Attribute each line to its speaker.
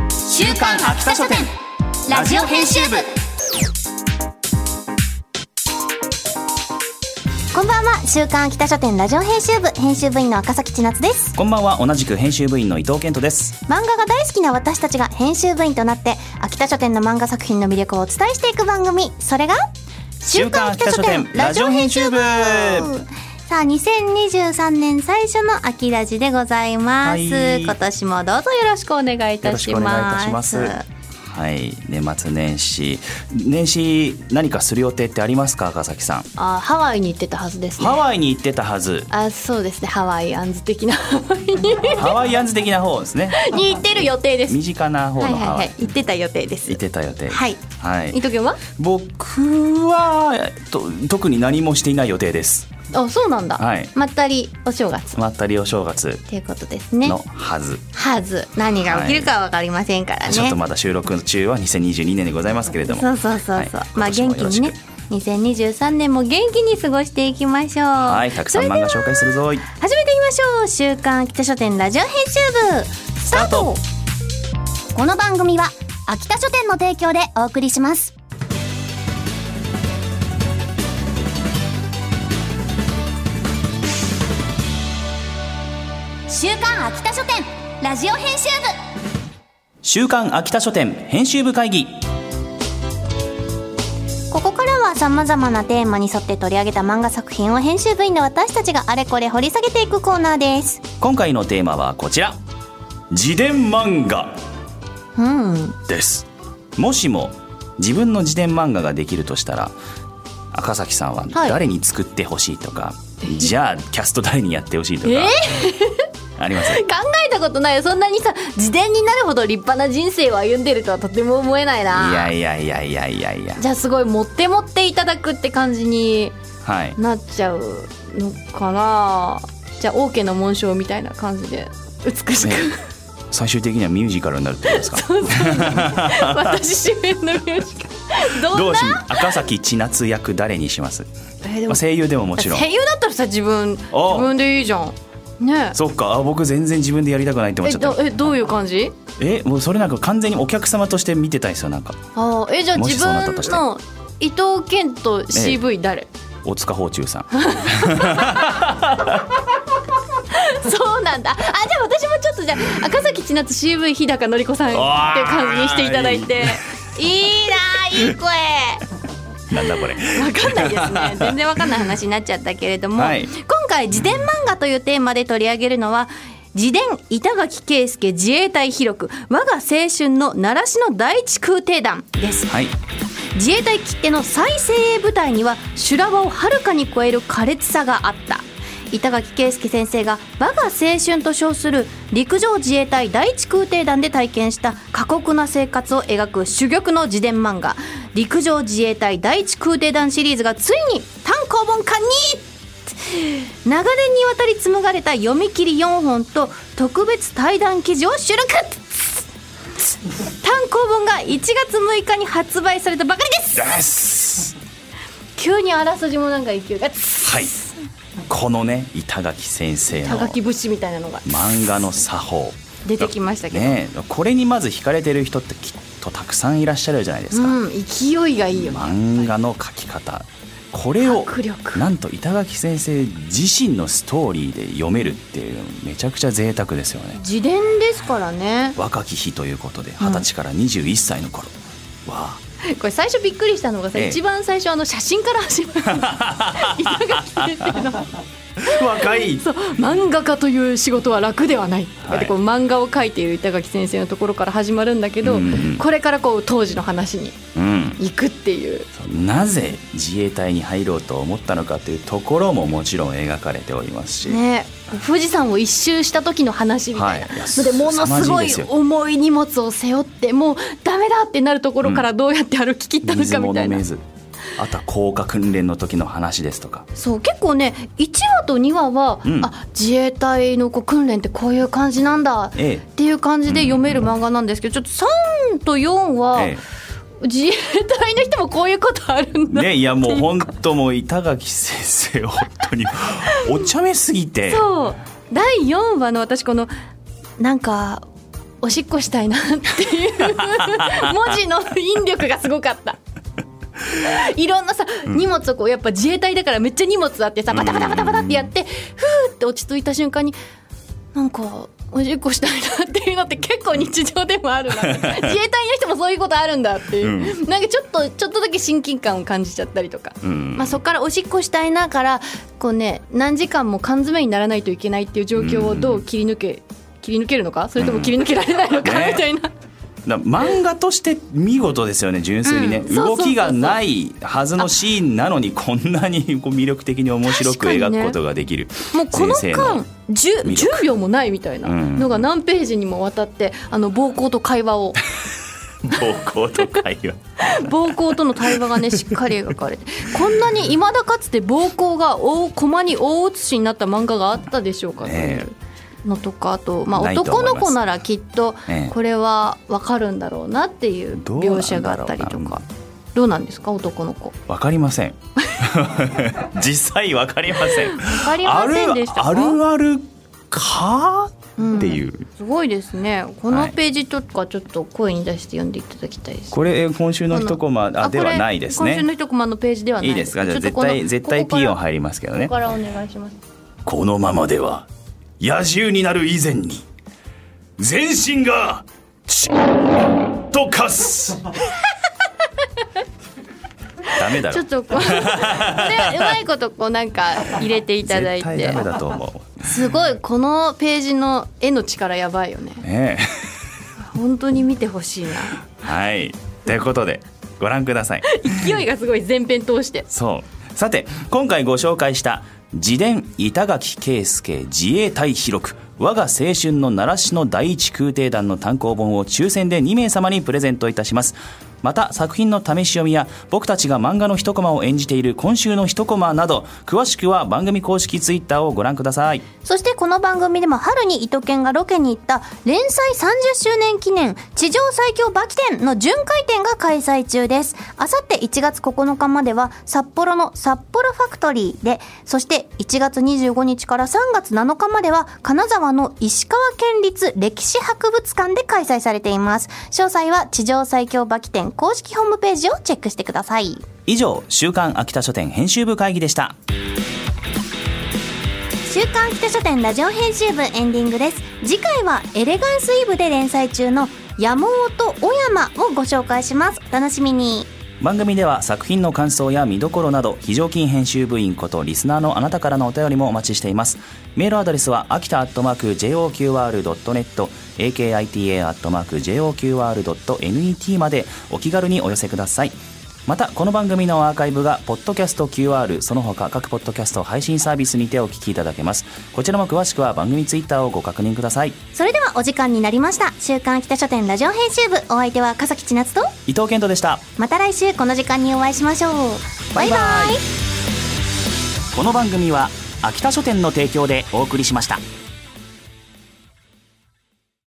Speaker 1: 刊秋田書店ラジオ編集部
Speaker 2: こんばんは週刊秋田書店ラジオ編集部編集部員の赤崎千夏です
Speaker 3: こんばんは同じく編集部員の伊藤健人です
Speaker 2: 漫画が大好きな私たちが編集部員となって秋田書店の漫画作品の魅力をお伝えしていく番組それが
Speaker 3: 週刊秋田書店ラジオ編集部
Speaker 2: さあ2023年最初の秋ラジでございます、
Speaker 3: はい
Speaker 2: 今年もどうぞよろしくお願いいたします
Speaker 3: はい年末年始年始何かする予定ってありますか赤崎さん
Speaker 4: あハワイに行ってたはずですね
Speaker 3: ハワイに行ってたはず
Speaker 4: あそうですねハワイアンズ的なハワイ
Speaker 3: ハワイアンズ的な方ですね
Speaker 4: に行ってる予定です
Speaker 3: 身近な方
Speaker 4: はい
Speaker 3: の
Speaker 4: はい
Speaker 3: ハワ
Speaker 4: は
Speaker 3: イ
Speaker 4: い行ってた予定です
Speaker 3: 行ってた予定
Speaker 2: はい
Speaker 3: はい
Speaker 4: 伊藤君は
Speaker 3: 僕はえっと特に何もしていない予定です
Speaker 4: あそうなんだ、
Speaker 3: はい
Speaker 4: まったりお正月っ
Speaker 3: まったりお正月
Speaker 4: ていうことですね
Speaker 3: のはず、
Speaker 4: はず
Speaker 2: 何が起きるかわかりませんからね、
Speaker 3: ちょっとまだ収録中は2022年でございますけれども
Speaker 2: そうそうそうそう、
Speaker 3: はい
Speaker 2: まあ元気にね2023年も元気に過ごしていきましょう
Speaker 3: はいたくさん漫画紹介するぞい
Speaker 2: 始めていきましょう週刊秋田書店ラジオ編集部スタートこの番組は秋田書店の提供でお送りします週刊秋田書店ラジオ編集
Speaker 3: 週刊秋田書店編集部会議
Speaker 2: 部ここからはさまざまなテーマに沿って取り上げた漫画作品を編集部員の私たちがあれこれ掘り下げていくコーナーです
Speaker 3: 今回のテーマはこちら自伝漫画
Speaker 2: うん
Speaker 3: ですもしも自分の自伝漫画ができるとしたら赤崎さんは
Speaker 2: はい
Speaker 3: 誰に作ってほしいとか、じゃあキャスト誰にやってほしいとか、あります
Speaker 4: 考えたことないよそんなにさ自伝になるほど立派な人生を歩んでるとはとても思えないない
Speaker 3: やいやいやいやいやいや
Speaker 4: じゃあすごい持って持っていただくって感じに
Speaker 3: はい
Speaker 4: なっちゃうのかなじゃあ王家の紋章みたいな感じで美しく
Speaker 3: ね最終的にはミュージカルになるってことですか
Speaker 4: 私主演のミ ュージカルどんな
Speaker 3: どうし赤崎千夏役誰にします、
Speaker 4: えーで
Speaker 3: ま
Speaker 4: も
Speaker 3: あ、声優でももちろん
Speaker 4: 声優だったらさ自分自
Speaker 3: お
Speaker 4: 分でいいじゃんね
Speaker 3: そっかあ僕全然自分でやりたくないって
Speaker 4: え
Speaker 3: 思
Speaker 4: え
Speaker 3: っちゃった
Speaker 4: どえどういう感じ
Speaker 3: えもうそれなんか完全にお客様として見てたいですよなんか
Speaker 4: あーえじゃあ
Speaker 3: もし
Speaker 4: 自
Speaker 3: そうなったと
Speaker 4: 分
Speaker 3: して
Speaker 4: の伊藤健と CV 誰、
Speaker 3: 大塚芳忠さん
Speaker 4: そうなんだあじゃあ私もちょっとじゃあ赤崎千夏 CV 日高のり子さんって感じにしていただいていいないい声
Speaker 3: なんだこれ
Speaker 4: わかんないですね 全然わかんない話になっちゃったけれども、
Speaker 3: はい
Speaker 4: 今回自伝漫画というテーマで取り上げるのは自伝板垣圭介自衛隊広く我が青春の奈良市の第一空挺団です
Speaker 3: はい
Speaker 4: 自衛隊きっての再精鋭部隊には修羅場をはるかに超える苛烈さがあった板垣圭介先生が我が青春と称する陸上自衛隊第一空挺団で体験した過酷な生活を描く珠玉の自伝漫画「陸上自衛隊第一空挺団」シリーズがついに単行本化に長年にわたり紡がれた読み切り4本と特別対談記事を収録単行本が1月6日に発売されたばかりです
Speaker 3: です
Speaker 4: 急にあらすじもなんか勢いがつ
Speaker 3: はいこのね板垣先生の
Speaker 4: 高木節みたいなのが
Speaker 3: 漫画の作法
Speaker 4: 出てきましたけど、
Speaker 3: ねえこれにまず惹かれてる人ってきっとたくさんいらっしゃるじゃないですか、
Speaker 4: うん勢いがいいよね
Speaker 3: 漫画の描き方これを
Speaker 4: 迫力
Speaker 3: なんと板垣先生自身のストーリーで読めるっていうめちゃくちゃ贅沢ですよね
Speaker 4: 自伝ですからね
Speaker 3: 若き日ということで二十歳から21歳の頃は
Speaker 4: これ最初びっくりしたのがさ、
Speaker 3: ええ
Speaker 4: 一番最初あの写真から始まる板 垣先生の
Speaker 3: 若い
Speaker 4: そう漫画家という仕事は楽ではない、
Speaker 3: はい
Speaker 4: でこう漫画を描いている板垣先生のところから始まるんだけど、
Speaker 3: うんうん
Speaker 4: これからこう当時の話に
Speaker 3: うん
Speaker 4: 行くっていう
Speaker 3: なぜ自衛隊に入ろうと思ったのかというところももちろん描かれておりますし、
Speaker 4: ね富士山を一周した時の話みたいな、
Speaker 3: はいいや
Speaker 4: のでものすごい
Speaker 3: 凄まじいですよ
Speaker 4: 重い荷物を背負ってもうダメだってなるところからどうやって歩き切ったの
Speaker 3: 水
Speaker 4: かみ
Speaker 3: も
Speaker 4: たい
Speaker 3: 飲
Speaker 4: な、
Speaker 3: めずあとは降下訓練の時の話ですとか
Speaker 4: そう結構ね1話と2話は、
Speaker 3: うん
Speaker 4: あ自衛隊のこう訓練ってこういう感じなんだっ
Speaker 3: ええ
Speaker 4: ていう感じで読める漫画なんですけどちょっと3と4は、
Speaker 3: え
Speaker 4: 自衛隊の人もこういうことあるん
Speaker 3: え
Speaker 4: だ、
Speaker 3: ねいやもう本当もう板垣先生本当にお茶目すぎて
Speaker 4: そう第4話の私このなんかおしっこしたいなっていう 文字の引力がすごかった。いろんなさ、荷物をこうやっぱ自衛隊だからめっちゃ荷物あってさバタバタバタバタってやって、ふーって落ち着いた瞬間になんかおしっこしたいなっていうのって結構日常でもあ るな自衛隊の人もそういうことあるんだっていう、なんかちょっとちょっとだけ親近感を感じちゃったりとか、
Speaker 3: ん
Speaker 4: まあ、そこからおしっこしたいなからこうね何時間も缶詰にならないといけないっていう状況をどう切り抜け切り抜けるのかそれとも切り抜けられないのか
Speaker 3: うん
Speaker 4: みたいな、
Speaker 3: だ漫画として見事ですよね純粋にね、
Speaker 4: うんそうそうそうそう
Speaker 3: 動きがないはずのシーンなのにこんなにこう魅力的に面白く
Speaker 4: 確か
Speaker 3: 描
Speaker 4: にね
Speaker 3: くことがで きる、
Speaker 4: もうこの
Speaker 3: 先生の
Speaker 4: 間 10,
Speaker 3: 魅力
Speaker 4: 10秒もないみたいな
Speaker 3: うん
Speaker 4: のが何ページにもわたってあの暴行と会話を
Speaker 3: 暴行と会話
Speaker 4: 暴行との対話がねしっかり描かれてこんなにいまだかつて暴行が大駒に大写しになった漫画があったでしょうかとい
Speaker 3: ね
Speaker 4: うのとかあと、まあ、
Speaker 3: ないと思
Speaker 4: 男
Speaker 3: います
Speaker 4: の子ならきっと
Speaker 3: ええ
Speaker 4: これはわかるんだろうなっていう
Speaker 3: どう
Speaker 4: 描
Speaker 3: なんだろうな
Speaker 4: 写があったりとか。どうなんですか男の子。わ
Speaker 3: わかりません 実際わかりません
Speaker 4: かりませんでしたか。
Speaker 3: あるあるあるか
Speaker 4: うん
Speaker 3: っていう、
Speaker 4: すごいですね。この
Speaker 3: はい
Speaker 4: ページとかちょっと声に出して読んでいただきたいです。
Speaker 3: これえ今週の一コマ
Speaker 4: あ
Speaker 3: あで
Speaker 4: これ
Speaker 3: はないです
Speaker 4: 今週の
Speaker 3: ね
Speaker 4: 一コマのページではない
Speaker 3: いいですかじ
Speaker 4: ち
Speaker 3: ゃあ
Speaker 4: ょっ
Speaker 3: 絶
Speaker 4: とこの
Speaker 3: 対絶対
Speaker 4: ここか
Speaker 3: P
Speaker 4: ら
Speaker 3: 音入りますけどね
Speaker 4: ここからお願いします。
Speaker 3: このままでは野獣になる以前に全身がちとか すダメだ
Speaker 4: ちょ
Speaker 3: ろ
Speaker 4: っとこ うこれうまいことこうなんか入れていただい
Speaker 3: 絶対
Speaker 4: て
Speaker 3: ダメだと思
Speaker 4: すごいこのページの絵の力やばいよね
Speaker 3: うね
Speaker 4: 本当に見てほしい な
Speaker 3: えはいということでご覧ください
Speaker 4: 勢いがすごい前編通して
Speaker 3: そうさて今回ご紹介した「自伝板垣圭介自衛隊記録我が青春の奈良市の第一空挺団」の単行本を抽選で2名様にプレゼントいたしますまた作品の試し読みや僕たちが漫画の一コマを演じている今週の一コマなど詳しくは番組公式ツイッターをご覧ください
Speaker 2: そしてこの番組でも春に伊藤健がロケに行った連載30周年記念地上最強バキ展の巡回展が開催中です。あさって1月9日までは札幌の札幌ファクトリーで、そして1月25日から3月7日までは金沢の石川県立歴史博物館で開催されています。詳細は地上最強バキ展公式ホームページをチェックしてください。
Speaker 3: 以上「週刊秋田書店編集部会議」でした
Speaker 2: 週刊秋田書店ラジオ編集部エンディングです次回はエレガンスイブで連載中の山本小山をご紹介しますお楽しみに
Speaker 3: 番組では作品の感想や見どころなど非常勤編集部員ことリスナーのあなたからのお便りもお待ちしていますメールアドレスは秋田アットマーク JOQR.net akita アットマーク JOQR.net までお気軽にお寄せくださいまたこの番組のアーカイブがポッドキャスト QR その他各ポッドキャスト配信サービスにてお聞きいただけますこちらも詳しくは番組ツイッターをご確認ください
Speaker 2: それではお時間になりました週刊秋田書店ラジオ編集部お相手は笠木千夏と
Speaker 3: 伊藤健人でした
Speaker 2: また来週この時間にお会いしましょうバイバイ
Speaker 3: この番組は秋田書店の提供でお送りしました